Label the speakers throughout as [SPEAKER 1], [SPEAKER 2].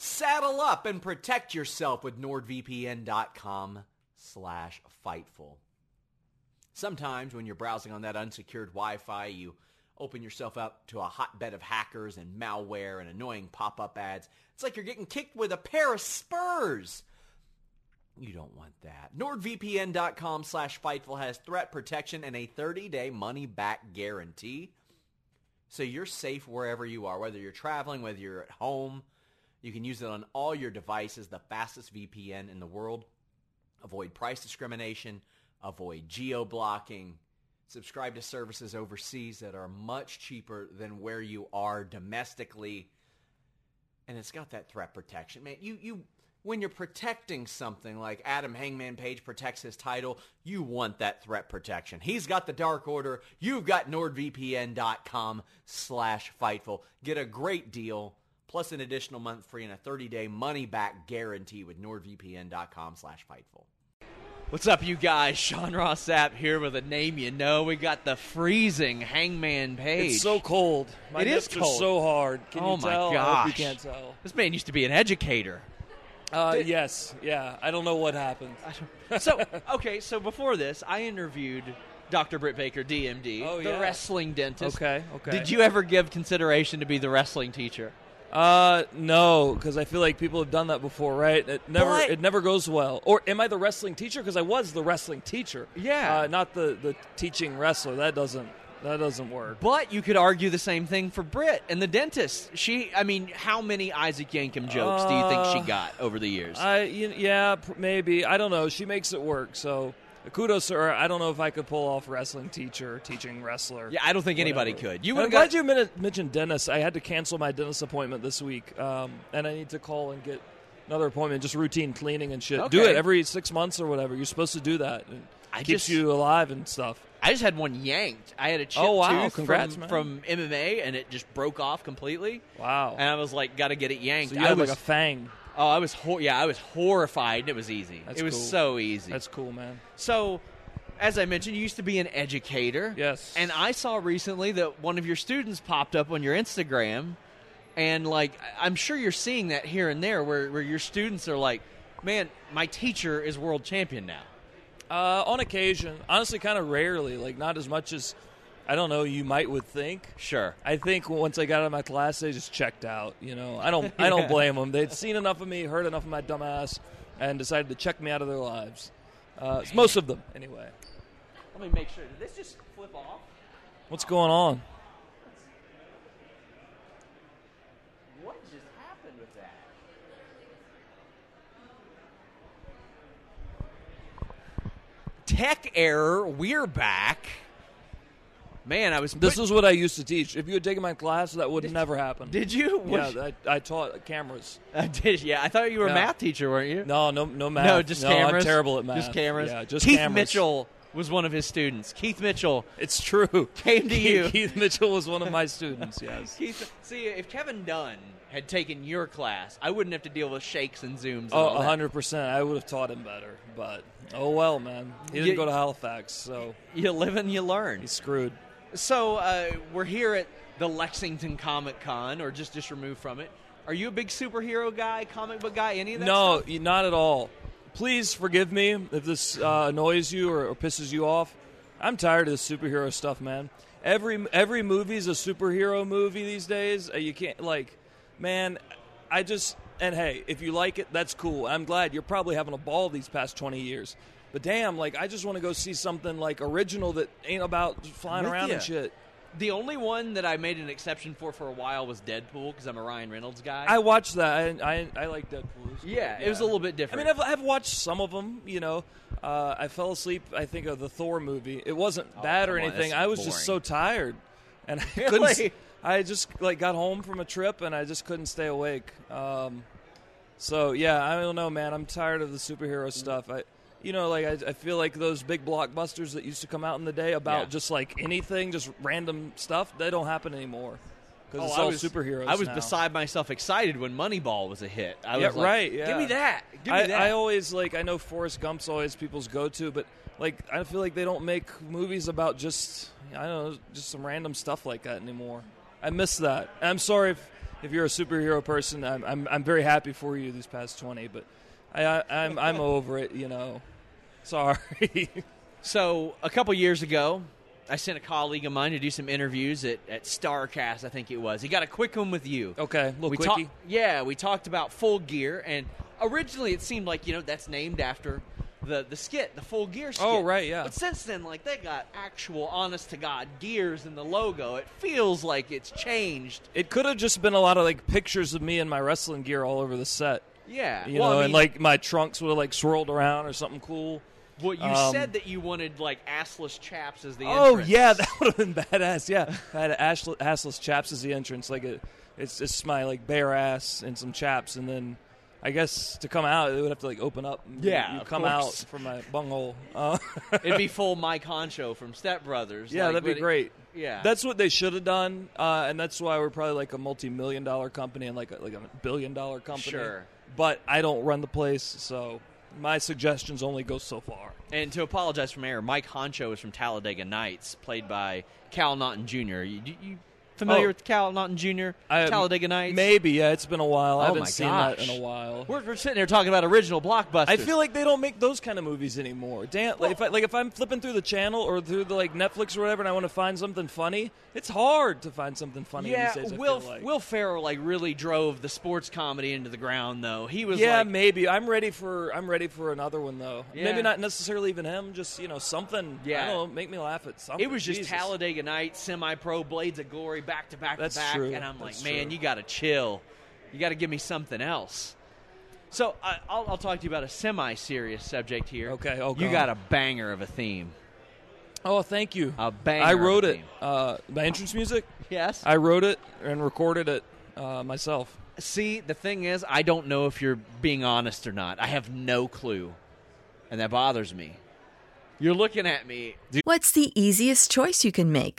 [SPEAKER 1] Saddle up and protect yourself with nordvpn.com slash fightful. Sometimes when you're browsing on that unsecured Wi-Fi, you open yourself up to a hotbed of hackers and malware and annoying pop-up ads. It's like you're getting kicked with a pair of spurs. You don't want that. NordVPN.com slash Fightful has threat protection and a 30-day money-back guarantee. So you're safe wherever you are, whether you're traveling, whether you're at home. You can use it on all your devices, the fastest VPN in the world. Avoid price discrimination. Avoid geo-blocking. Subscribe to services overseas that are much cheaper than where you are domestically. And it's got that threat protection. Man, you, you when you're protecting something like Adam Hangman Page protects his title, you want that threat protection. He's got the Dark Order. You've got NordVPN.com slash Fightful. Get a great deal plus an additional month free and a 30-day money-back guarantee with NordVPN.com slash Fightful.
[SPEAKER 2] What's up, you guys? Sean Rossap here with a name you know. We got the freezing Hangman Page.
[SPEAKER 3] It's so cold. My
[SPEAKER 2] It is
[SPEAKER 3] nips are
[SPEAKER 2] cold.
[SPEAKER 3] so hard. Can
[SPEAKER 2] oh
[SPEAKER 3] you
[SPEAKER 2] my
[SPEAKER 3] tell? I hope
[SPEAKER 2] gosh!
[SPEAKER 3] you can't tell.
[SPEAKER 2] This man used to be an educator.
[SPEAKER 3] Uh, yes. Yeah. I don't know what happened.
[SPEAKER 2] so okay, so before this, I interviewed Dr. Britt Baker, DMD,
[SPEAKER 3] Oh,
[SPEAKER 2] the
[SPEAKER 3] yeah.
[SPEAKER 2] wrestling dentist.
[SPEAKER 3] Okay, okay.
[SPEAKER 2] Did you ever give consideration to be the wrestling teacher?
[SPEAKER 3] Uh, no, because I feel like people have done that before, right? It never,
[SPEAKER 2] But-
[SPEAKER 3] it never goes well. Or am I the wrestling teacher? Because I was the wrestling teacher.
[SPEAKER 2] Yeah.
[SPEAKER 3] Uh, not the the teaching wrestler. That doesn't that doesn't work.
[SPEAKER 2] But you could argue the same thing for Britt and the dentist. She, I mean, how many Isaac Yankem jokes do you think
[SPEAKER 3] Uh,
[SPEAKER 2] she got over the years?
[SPEAKER 3] I y- yeah, p- maybe I don't know. She makes it work. So kudos to her. I don't know if I could pull off wrestling teacher, teaching wrestler.
[SPEAKER 2] yeah, I don't think anybody
[SPEAKER 3] whatever.
[SPEAKER 2] could. You
[SPEAKER 3] And I'm
[SPEAKER 2] would
[SPEAKER 3] glad you min- mentioned dentist. I had to cancel my dentist appointment this week, um, and I need to call and get another appointment. Just routine cleaning and shit. Do
[SPEAKER 2] Okay.
[SPEAKER 3] it every six months or whatever. You're supposed to do that. It
[SPEAKER 2] I
[SPEAKER 3] keeps
[SPEAKER 2] just-
[SPEAKER 3] you alive and stuff.
[SPEAKER 2] I just had one yanked. I had a chip
[SPEAKER 3] Oh, wow.
[SPEAKER 2] tooth
[SPEAKER 3] Congrats,
[SPEAKER 2] from,
[SPEAKER 3] man.
[SPEAKER 2] from MMA, and it just broke off completely.
[SPEAKER 3] Wow.
[SPEAKER 2] And I was like, got to get it yanked.
[SPEAKER 3] so you
[SPEAKER 2] I
[SPEAKER 3] have
[SPEAKER 2] was,
[SPEAKER 3] like a fang.
[SPEAKER 2] oh, I was, hor- yeah, I was horrified, and it was easy.
[SPEAKER 3] That's
[SPEAKER 2] it was
[SPEAKER 3] cool.
[SPEAKER 2] so easy.
[SPEAKER 3] That's cool, man.
[SPEAKER 2] So, as I mentioned, you used to be an educator.
[SPEAKER 3] Yes.
[SPEAKER 2] And I saw recently that one of your students popped up on your Instagram. And, like, I- I'm sure you're seeing that here and there where, where your students are like, man, my teacher is world champion now.
[SPEAKER 3] Uh, on occasion, honestly, kind of rarely. Like not as much as I don't know. You might would think.
[SPEAKER 2] Sure.
[SPEAKER 3] I think once I got out of my class, they just checked out. You know, I don't, I don't blame them. They'd seen enough of me, heard enough of my dumbass, and decided to check me out of their lives. Uh, it's most of them, anyway.
[SPEAKER 2] Let me make sure. Did this just flip off?
[SPEAKER 3] What's going on?
[SPEAKER 2] What just happened with that? Tech error. We're back. Man, I was.
[SPEAKER 3] This
[SPEAKER 2] put-
[SPEAKER 3] is what I used to teach. If you had taken my class, that would never happen.
[SPEAKER 2] Did you?
[SPEAKER 3] Yeah,
[SPEAKER 2] Was-
[SPEAKER 3] I, I taught cameras.
[SPEAKER 2] I Uh, did. Yeah, I thought you were a
[SPEAKER 3] Yeah.
[SPEAKER 2] math teacher, weren't you?
[SPEAKER 3] No, no, no math.
[SPEAKER 2] no, just
[SPEAKER 3] no,
[SPEAKER 2] cameras.
[SPEAKER 3] I'm terrible at math.
[SPEAKER 2] Just cameras.
[SPEAKER 3] Yeah, just
[SPEAKER 2] Keith
[SPEAKER 3] cameras.
[SPEAKER 2] Mitchell was one of his students. Keith Mitchell.
[SPEAKER 3] It's true.
[SPEAKER 2] Came to you.
[SPEAKER 3] Keith Mitchell was one of my students. Yes.
[SPEAKER 2] Keith. See, if Kevin Dunn had taken your class, I wouldn't have to deal with shakes and zooms. And
[SPEAKER 3] Oh,
[SPEAKER 2] all that.
[SPEAKER 3] 100%. I would have taught him better, but oh well, man. He didn't
[SPEAKER 2] You-
[SPEAKER 3] go to Halifax, so
[SPEAKER 2] You live and you learn.
[SPEAKER 3] he's screwed.
[SPEAKER 2] So uh, we're here at the Lexington Comic Con, or just just removed from it. Are you a big superhero guy, comic book guy, any of that?
[SPEAKER 3] No,
[SPEAKER 2] stuff?
[SPEAKER 3] y- not at all. Please forgive me if this uh, annoys you or, or pisses you off. I'm tired of this superhero stuff, man. Every every movie's a superhero movie these days. Uh, You can't like, man. I just And hey, if you like it, that's cool. I'm glad you're probably having a ball these past 20 years. But damn, like I just want to go see something like original that ain't about flying
[SPEAKER 2] With
[SPEAKER 3] around
[SPEAKER 2] ya.
[SPEAKER 3] and shit.
[SPEAKER 2] The only one that I made an exception for for a while was Deadpool because I'm a Ryan Reynolds guy.
[SPEAKER 3] I watched that. I I, I like Deadpool. It's cool.
[SPEAKER 2] yeah, it was a little bit
[SPEAKER 3] I
[SPEAKER 2] different.
[SPEAKER 3] mean, I've, I've watched some of them. You know, uh, I fell asleep. I think of the Thor movie. It wasn't bad or
[SPEAKER 2] Oh, come on,
[SPEAKER 3] anything.
[SPEAKER 2] that's
[SPEAKER 3] I was just so
[SPEAKER 2] boring.
[SPEAKER 3] tired, and I couldn't.
[SPEAKER 2] Really?
[SPEAKER 3] s- I just like got home from a trip, and I just couldn't stay awake. Um, so yeah, I don't know, man. I'm tired of the
[SPEAKER 2] Mm.
[SPEAKER 3] superhero stuff. I, you know, like I, I feel like those big blockbusters that used to come out in the day about
[SPEAKER 2] Yeah.
[SPEAKER 3] just like anything, just random stuff. They don't happen anymore because
[SPEAKER 2] Oh,
[SPEAKER 3] it's
[SPEAKER 2] I
[SPEAKER 3] all
[SPEAKER 2] was-
[SPEAKER 3] superheroes.
[SPEAKER 2] I was
[SPEAKER 3] now.
[SPEAKER 2] beside myself excited when Moneyball was a hit. I was
[SPEAKER 3] Yeah,
[SPEAKER 2] like,
[SPEAKER 3] right, yeah.
[SPEAKER 2] Give me that. Give me
[SPEAKER 3] I,
[SPEAKER 2] that.
[SPEAKER 3] I always like I know Forrest Gump's always people's go to, but like I feel like they don't make movies about just I don't know just some random stuff like that anymore. I miss that. And I'm sorry if, if you're a superhero person. I'm, I'm I'm very happy for you these past twenty, but I, I I'm I'm over it. You know, sorry.
[SPEAKER 2] So a couple years ago, I sent a colleague of mine to do some interviews at, at Starcast, I think it was. He got a quick one with you.
[SPEAKER 3] okay, little
[SPEAKER 2] we
[SPEAKER 3] quickie.
[SPEAKER 2] talked. Yeah, we talked about Full Gear, and originally it seemed like you know that's named after the the skit, the Full Gear skit.
[SPEAKER 3] Oh, right, yeah.
[SPEAKER 2] But since then, like they got actual, honest to God gears in the logo. It feels like it's changed.
[SPEAKER 3] it could have just been a lot of like pictures of me in my wrestling gear all over the set.
[SPEAKER 2] Yeah,
[SPEAKER 3] You
[SPEAKER 2] well,
[SPEAKER 3] know,
[SPEAKER 2] I mean,
[SPEAKER 3] and like my trunks would have like swirled around or something cool.
[SPEAKER 2] well, you
[SPEAKER 3] um,
[SPEAKER 2] said that you wanted like assless chaps as the
[SPEAKER 3] Oh
[SPEAKER 2] entrance.
[SPEAKER 3] yeah, that would have been badass. Yeah, I had ashl- assless chaps as the entrance. Like it, it's just my like bare ass and some chaps, and then I guess to come out, it would have to like open up. and
[SPEAKER 2] Yeah,
[SPEAKER 3] you
[SPEAKER 2] of
[SPEAKER 3] come
[SPEAKER 2] course.
[SPEAKER 3] out from my bunghole. Uh,
[SPEAKER 2] it'd be full Mike Honcho from Step Brothers.
[SPEAKER 3] yeah,
[SPEAKER 2] like,
[SPEAKER 3] that'd
[SPEAKER 2] but
[SPEAKER 3] be
[SPEAKER 2] it-
[SPEAKER 3] great.
[SPEAKER 2] yeah,
[SPEAKER 3] That's what they should have done, uh, and that's why we're probably like a multi-million dollar company and like a, like a billion dollar company.
[SPEAKER 2] Sure.
[SPEAKER 3] But I don't run the place, so my suggestions only go so far.
[SPEAKER 2] And to apologize from air, Mike Honcho is from Talladega Nights, played by Cal Naughton Jr. You, you familiar
[SPEAKER 3] Oh.
[SPEAKER 2] with Cal Naughton Jr.?
[SPEAKER 3] I- um,
[SPEAKER 2] Talladega Nights.
[SPEAKER 3] Maybe yeah, it's been a while. I
[SPEAKER 2] Oh
[SPEAKER 3] haven't
[SPEAKER 2] my
[SPEAKER 3] seen
[SPEAKER 2] gosh.
[SPEAKER 3] that in a while.
[SPEAKER 2] We're, we're sitting here talking about original blockbusters.
[SPEAKER 3] I feel like they don't make those kind of movies anymore. Damn, like, if I, like if I'm flipping through the channel or through the like Netflix or whatever, and I want to find something funny, it's hard to find something funny.
[SPEAKER 2] yeah.
[SPEAKER 3] these days, I
[SPEAKER 2] Will
[SPEAKER 3] feel like.
[SPEAKER 2] Will Ferrell like really drove the sports comedy into the ground though. He was
[SPEAKER 3] yeah,
[SPEAKER 2] like,
[SPEAKER 3] maybe I'm ready for I'm ready for another one though.
[SPEAKER 2] Yeah.
[SPEAKER 3] Maybe not necessarily even him, just you know something.
[SPEAKER 2] Yeah.
[SPEAKER 3] I don't know, make me laugh at something.
[SPEAKER 2] it was just
[SPEAKER 3] Jesus.
[SPEAKER 2] Talladega Nights, semi pro, Blades of Glory, back to back
[SPEAKER 3] That's
[SPEAKER 2] to back,
[SPEAKER 3] true.
[SPEAKER 2] and I'm like,
[SPEAKER 3] That's
[SPEAKER 2] man,
[SPEAKER 3] true.
[SPEAKER 2] you got to chill. You got to give me something else. So I, I'll, I'll talk to you about a semi serious subject here.
[SPEAKER 3] Okay, oh,
[SPEAKER 2] you
[SPEAKER 3] God.
[SPEAKER 2] got a banger of a theme.
[SPEAKER 3] Oh, thank you.
[SPEAKER 2] A banger
[SPEAKER 3] I
[SPEAKER 2] of a
[SPEAKER 3] wrote it.
[SPEAKER 2] theme.
[SPEAKER 3] Uh, my entrance music.
[SPEAKER 2] Yes.
[SPEAKER 3] I wrote it and recorded it uh, myself.
[SPEAKER 2] See, the thing is, I don't know if you're being honest or not. I have no clue, and that bothers me. You're looking at me.
[SPEAKER 4] What's the easiest choice you can make?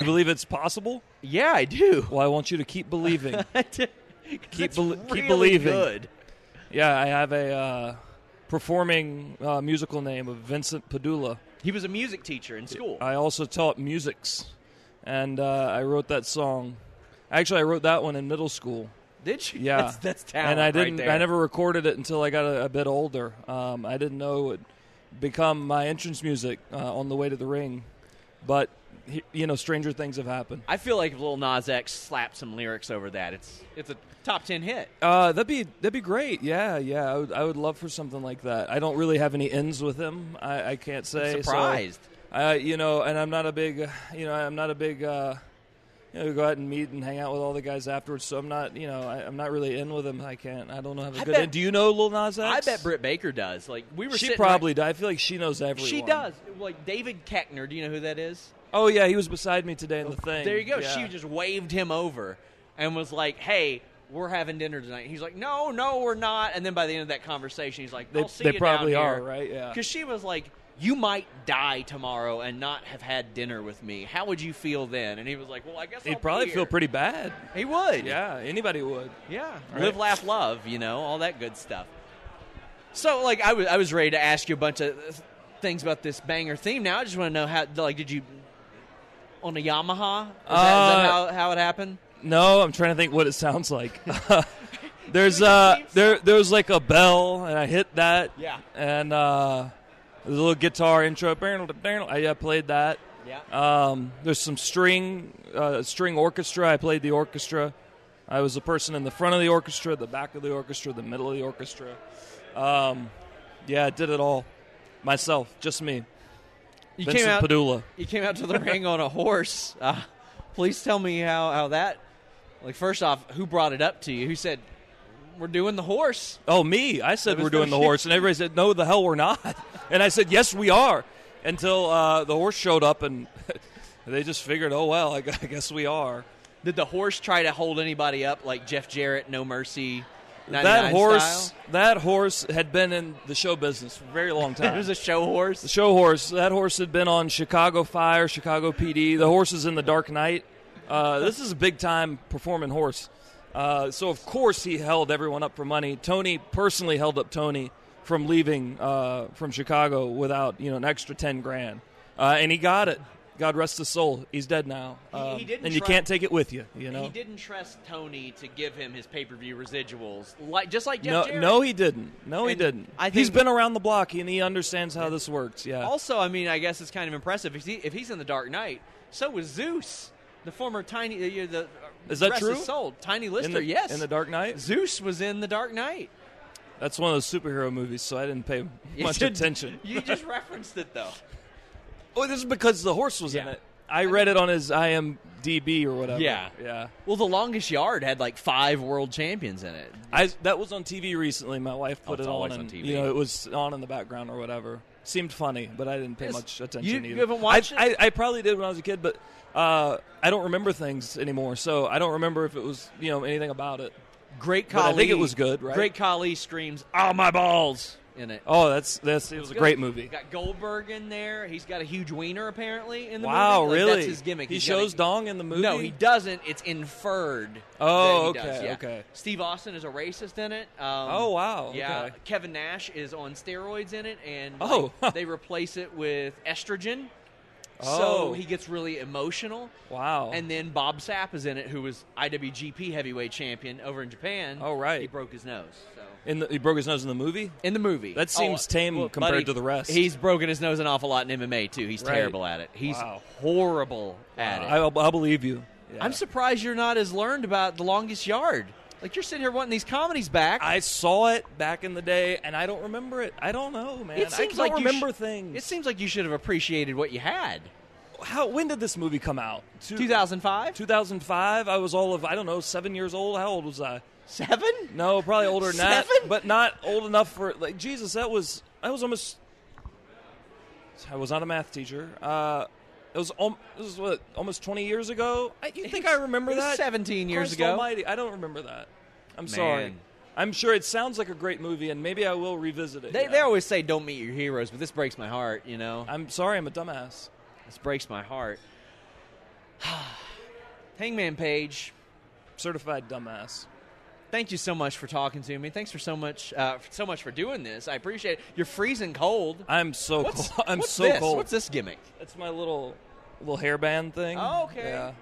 [SPEAKER 3] You believe it's possible?
[SPEAKER 2] Yeah, I do.
[SPEAKER 3] Well, I want you to keep believing.
[SPEAKER 2] keep
[SPEAKER 3] bel- keep believing.
[SPEAKER 2] Good.
[SPEAKER 3] Yeah, I have a uh, performing uh, musical name of Vincent Padula.
[SPEAKER 2] He was a music teacher in school.
[SPEAKER 3] I also taught uh, musics, and uh, I wrote that song. Actually, I wrote that one in middle school.
[SPEAKER 2] Did she?
[SPEAKER 3] Yeah,
[SPEAKER 2] that's, that's talent.
[SPEAKER 3] And I
[SPEAKER 2] right
[SPEAKER 3] didn't.
[SPEAKER 2] there.
[SPEAKER 3] I never recorded it until I got a, a bit older. Um, I didn't know it would become my entrance music uh, on the way to the ring, but he- you know, stranger things have happened.
[SPEAKER 2] I feel like if Lil Nas X slapped some lyrics over that, it's it's a top ten hit.
[SPEAKER 3] Uh, that'd be that'd be great. Yeah, yeah. I would I would love for something like that. I don't really have any ends with him. I, I can't say. so-
[SPEAKER 2] surprised.
[SPEAKER 3] Uh, you know, and I'm not a big, uh, you know, I'm not a big, uh, you know, go out and meet and hang out with all the guys afterwards. So I'm not, you know, I, I'm not really in with him. I can't. I don't know. Have a
[SPEAKER 2] I
[SPEAKER 3] good.
[SPEAKER 2] bet-
[SPEAKER 3] end. Do you know Lil Nas
[SPEAKER 2] I
[SPEAKER 3] X?
[SPEAKER 2] bet Britt Baker does. Like we were.
[SPEAKER 3] She
[SPEAKER 2] sitting right-
[SPEAKER 3] probably. does. I feel like she knows everyone.
[SPEAKER 2] she does. Like David Keckner. Do you know who that is?
[SPEAKER 3] Oh yeah, he was beside me today in the thing.
[SPEAKER 2] Oh, There you go.
[SPEAKER 3] Yeah.
[SPEAKER 2] She just waved him over and was like, "Hey, we're having dinner tonight." He's like, "No, no, we're not." And then by the end of that conversation, he's like,
[SPEAKER 3] They-
[SPEAKER 2] "I'll see
[SPEAKER 3] they
[SPEAKER 2] you
[SPEAKER 3] probably
[SPEAKER 2] down
[SPEAKER 3] are,
[SPEAKER 2] here."
[SPEAKER 3] right? Yeah.
[SPEAKER 2] Because she was like, "You might die tomorrow and not have had dinner with me. How would you feel then?" And he was like, "Well, I guess I'll
[SPEAKER 3] He'd
[SPEAKER 2] be
[SPEAKER 3] probably
[SPEAKER 2] here."
[SPEAKER 3] feel pretty bad.
[SPEAKER 2] He would.
[SPEAKER 3] Yeah, anybody would.
[SPEAKER 2] Yeah.
[SPEAKER 3] Right.
[SPEAKER 2] Live, laugh, love, you know, all that good stuff. So, like, I was, I was ready to ask you a bunch of uh, things about this banger theme. Now I just want to know how, like, did you, on a Yamaha? Is that, is that
[SPEAKER 3] Uh,
[SPEAKER 2] how, how it happened?
[SPEAKER 3] No, I'm trying to think what it sounds like. there's uh there there was like a bell and I hit that.
[SPEAKER 2] Yeah.
[SPEAKER 3] And uh there's a little guitar intro. I, I played that.
[SPEAKER 2] Yeah.
[SPEAKER 3] Um there's some string uh string orchestra. I played the orchestra. I was the person in the front of the orchestra, the back of the orchestra, the middle of the orchestra. Um yeah, I did it all myself, just me.
[SPEAKER 2] You
[SPEAKER 3] Vincent
[SPEAKER 2] came out,
[SPEAKER 3] Padula.
[SPEAKER 2] you came out to the ring on a horse. Uh, please tell me how, how that, like, first off, who brought it up to you? Who said, we're doing the horse?
[SPEAKER 3] Oh, me. I said
[SPEAKER 2] That
[SPEAKER 3] we're
[SPEAKER 2] was
[SPEAKER 3] doing the
[SPEAKER 2] no
[SPEAKER 3] horse. And everybody said, no, the hell we're not. And I said, yes, we are. Until uh, the horse showed up and they just figured, oh, well, I gu- I guess we are.
[SPEAKER 2] Did the horse try to hold anybody up, like Jeff Jarrett, No Mercy? 99
[SPEAKER 3] That horse,
[SPEAKER 2] style?
[SPEAKER 3] that horse had been in the show business for a very long
[SPEAKER 2] It
[SPEAKER 3] time.
[SPEAKER 2] was a show horse.
[SPEAKER 3] the show horse, that horse had been on Chicago Fire, Chicago PD. The horse is in the Dark Knight. Uh, this is a big time performing horse. Uh, so, of course, he held everyone up for money. Tony personally held up Tony from leaving uh, from Chicago without you know an extra 10 grand. Uh, and he got it. God rest his soul. He's dead now. Um,
[SPEAKER 2] He- he didn't
[SPEAKER 3] and you
[SPEAKER 2] try-
[SPEAKER 3] can't take it with you, you know?
[SPEAKER 2] He didn't trust Tony to give him his pay per view residuals, like just like Jeff
[SPEAKER 3] No,
[SPEAKER 2] Jarrett.
[SPEAKER 3] no, he didn't. No, he
[SPEAKER 2] And
[SPEAKER 3] didn't.
[SPEAKER 2] I
[SPEAKER 3] He's
[SPEAKER 2] think-
[SPEAKER 3] been around the block, and he understands how this works. Yeah.
[SPEAKER 2] Also, I mean, I guess it's kind of impressive if, he, if he's in the Dark Knight. So was Zeus, the former Tiny. Uh, the
[SPEAKER 3] Is that
[SPEAKER 2] rest
[SPEAKER 3] true?
[SPEAKER 2] His soul, Tiny Lister.
[SPEAKER 3] in the,
[SPEAKER 2] yes.
[SPEAKER 3] In the Dark Knight?
[SPEAKER 2] Zeus was in the Dark Knight.
[SPEAKER 3] That's one of those superhero movies, so I didn't pay
[SPEAKER 2] You
[SPEAKER 3] much
[SPEAKER 2] did-
[SPEAKER 3] attention.
[SPEAKER 2] You just referenced it though.
[SPEAKER 3] Oh, this is because the horse was in
[SPEAKER 2] Yeah.
[SPEAKER 3] it. I read it on his IMDb or whatever.
[SPEAKER 2] Yeah.
[SPEAKER 3] yeah.
[SPEAKER 2] Well, the longest yard had like five world champions in it.
[SPEAKER 3] I that was on TV recently. My wife put
[SPEAKER 2] Oh, it's
[SPEAKER 3] it on,
[SPEAKER 2] always on
[SPEAKER 3] and
[SPEAKER 2] TV.
[SPEAKER 3] you know it was on in the background or whatever. Seemed funny, but I didn't pay
[SPEAKER 2] Yes.
[SPEAKER 3] much
[SPEAKER 2] You-
[SPEAKER 3] attention.
[SPEAKER 2] you
[SPEAKER 3] either.
[SPEAKER 2] haven't watched
[SPEAKER 3] I,
[SPEAKER 2] it?
[SPEAKER 3] I, I probably did when I was a kid, but uh, I don't remember things anymore. So I don't remember if it was you know anything about it.
[SPEAKER 2] Great
[SPEAKER 3] But I
[SPEAKER 2] Khali.
[SPEAKER 3] think it was good, right?
[SPEAKER 2] Great Khali screams, "Ah, my balls!" in it.
[SPEAKER 3] Oh, that's that's it was a great movie.
[SPEAKER 2] Got Goldberg in there. He's got a huge wiener apparently in the
[SPEAKER 3] Wow,
[SPEAKER 2] movie. Like,
[SPEAKER 3] really?
[SPEAKER 2] That's his gimmick.
[SPEAKER 3] He
[SPEAKER 2] He's
[SPEAKER 3] shows
[SPEAKER 2] got
[SPEAKER 3] dong in the
[SPEAKER 2] a-
[SPEAKER 3] movie.
[SPEAKER 2] No, he doesn't. It's inferred.
[SPEAKER 3] Oh,
[SPEAKER 2] that he
[SPEAKER 3] okay,
[SPEAKER 2] does, yeah.
[SPEAKER 3] okay.
[SPEAKER 2] Steve Austin is a racist in it. Um,
[SPEAKER 3] Oh, wow,
[SPEAKER 2] Yeah.
[SPEAKER 3] okay.
[SPEAKER 2] Kevin Nash is on steroids in it, and like,
[SPEAKER 3] Oh, huh.
[SPEAKER 2] they replace it with estrogen.
[SPEAKER 3] Oh.
[SPEAKER 2] So he gets really emotional.
[SPEAKER 3] Wow.
[SPEAKER 2] And then Bob Sapp is in it, who was IWGP Heavyweight Champion over in Japan.
[SPEAKER 3] Oh, right.
[SPEAKER 2] He broke his nose. So.
[SPEAKER 3] in the, he broke his nose in the movie.
[SPEAKER 2] In the movie, Oh,
[SPEAKER 3] That seems tame compared to the rest.
[SPEAKER 2] He's broken his nose an awful lot in MMA too. He's
[SPEAKER 3] Right.
[SPEAKER 2] terrible at it. He's
[SPEAKER 3] Wow.
[SPEAKER 2] horrible at it.
[SPEAKER 3] I'll, I'll believe you. Yeah.
[SPEAKER 2] I'm surprised you're not as learned about the longest yard. Like you're sitting here wanting these comedies back.
[SPEAKER 3] I saw it back in the day, and I don't remember it. I don't know, man.
[SPEAKER 2] it seems
[SPEAKER 3] I can't
[SPEAKER 2] like you
[SPEAKER 3] remember
[SPEAKER 2] sh-
[SPEAKER 3] things.
[SPEAKER 2] It seems like you should have appreciated what you had.
[SPEAKER 3] How? When did this movie come out? Two-
[SPEAKER 2] 2005,
[SPEAKER 3] 2005. I was all of I don't know, seven years old. How old was I?
[SPEAKER 2] seven.
[SPEAKER 3] No, probably older than that,
[SPEAKER 2] Seven?
[SPEAKER 3] but not old enough for like Jesus. That was I was almost. I was not a math teacher. Uh, it was al- this was what almost 20 years ago. I, you think I remember
[SPEAKER 2] it was
[SPEAKER 3] that?
[SPEAKER 2] 17 years
[SPEAKER 3] Christ
[SPEAKER 2] ago.
[SPEAKER 3] Almighty, I don't remember that. I'm sorry.
[SPEAKER 2] Man.
[SPEAKER 3] I'm sure it sounds like a great movie, and maybe I will revisit it.
[SPEAKER 2] They,
[SPEAKER 3] yeah.
[SPEAKER 2] they always say don't meet your heroes, but this breaks my heart. You know,
[SPEAKER 3] I'm sorry, I'm a dumbass.
[SPEAKER 2] this breaks my heart. Hangman Page,
[SPEAKER 3] Certified dumbass.
[SPEAKER 2] thank you so much for talking to me. Thanks for so much, uh, for- so much for doing this. I appreciate it. You're freezing cold.
[SPEAKER 3] I'm so
[SPEAKER 2] What's,
[SPEAKER 3] cold. I'm
[SPEAKER 2] what's
[SPEAKER 3] so
[SPEAKER 2] this?
[SPEAKER 3] cold.
[SPEAKER 2] What's this gimmick?
[SPEAKER 3] That's my little little hairband thing.
[SPEAKER 2] Oh, okay.
[SPEAKER 3] Yeah.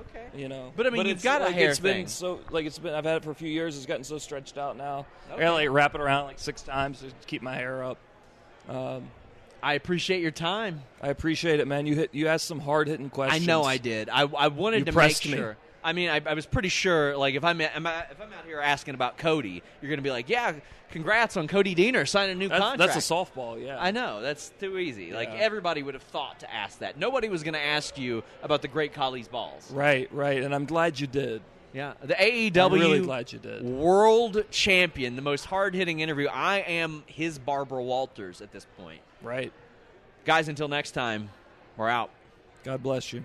[SPEAKER 2] Okay.
[SPEAKER 3] you know.
[SPEAKER 2] But, I mean, you've
[SPEAKER 3] it's,
[SPEAKER 2] got a
[SPEAKER 3] like,
[SPEAKER 2] hair
[SPEAKER 3] it's
[SPEAKER 2] thing.
[SPEAKER 3] Been so like it's been. I've had it for a few years. It's gotten so stretched out now. I gotta like wrap it around like six times to keep my hair up. Um,
[SPEAKER 2] I appreciate your time.
[SPEAKER 3] I appreciate it, man. You hit. You asked some hard hitting questions.
[SPEAKER 2] I know I did. I, I wanted
[SPEAKER 3] You
[SPEAKER 2] to make
[SPEAKER 3] pressed me.
[SPEAKER 2] sure. I mean, I, I was pretty sure. Like, if I'm, am I, if I'm out here asking about Cody, you're going to be like, "Yeah, congrats on Cody Diener signing a new
[SPEAKER 3] That's,
[SPEAKER 2] contract."
[SPEAKER 3] that's a softball. Yeah.
[SPEAKER 2] I know that's too easy. Like
[SPEAKER 3] Yeah.
[SPEAKER 2] everybody would have thought to ask that. Nobody was going to ask you about the Great Khali's balls.
[SPEAKER 3] Right. Right. And I'm glad you did.
[SPEAKER 2] Yeah, the AEW
[SPEAKER 3] I'm really glad you did.
[SPEAKER 2] world champion, the most hard hitting interview. I am his Barbara Walters at this point,
[SPEAKER 3] Right.
[SPEAKER 2] guys. Until next time, we're out.
[SPEAKER 3] God bless you.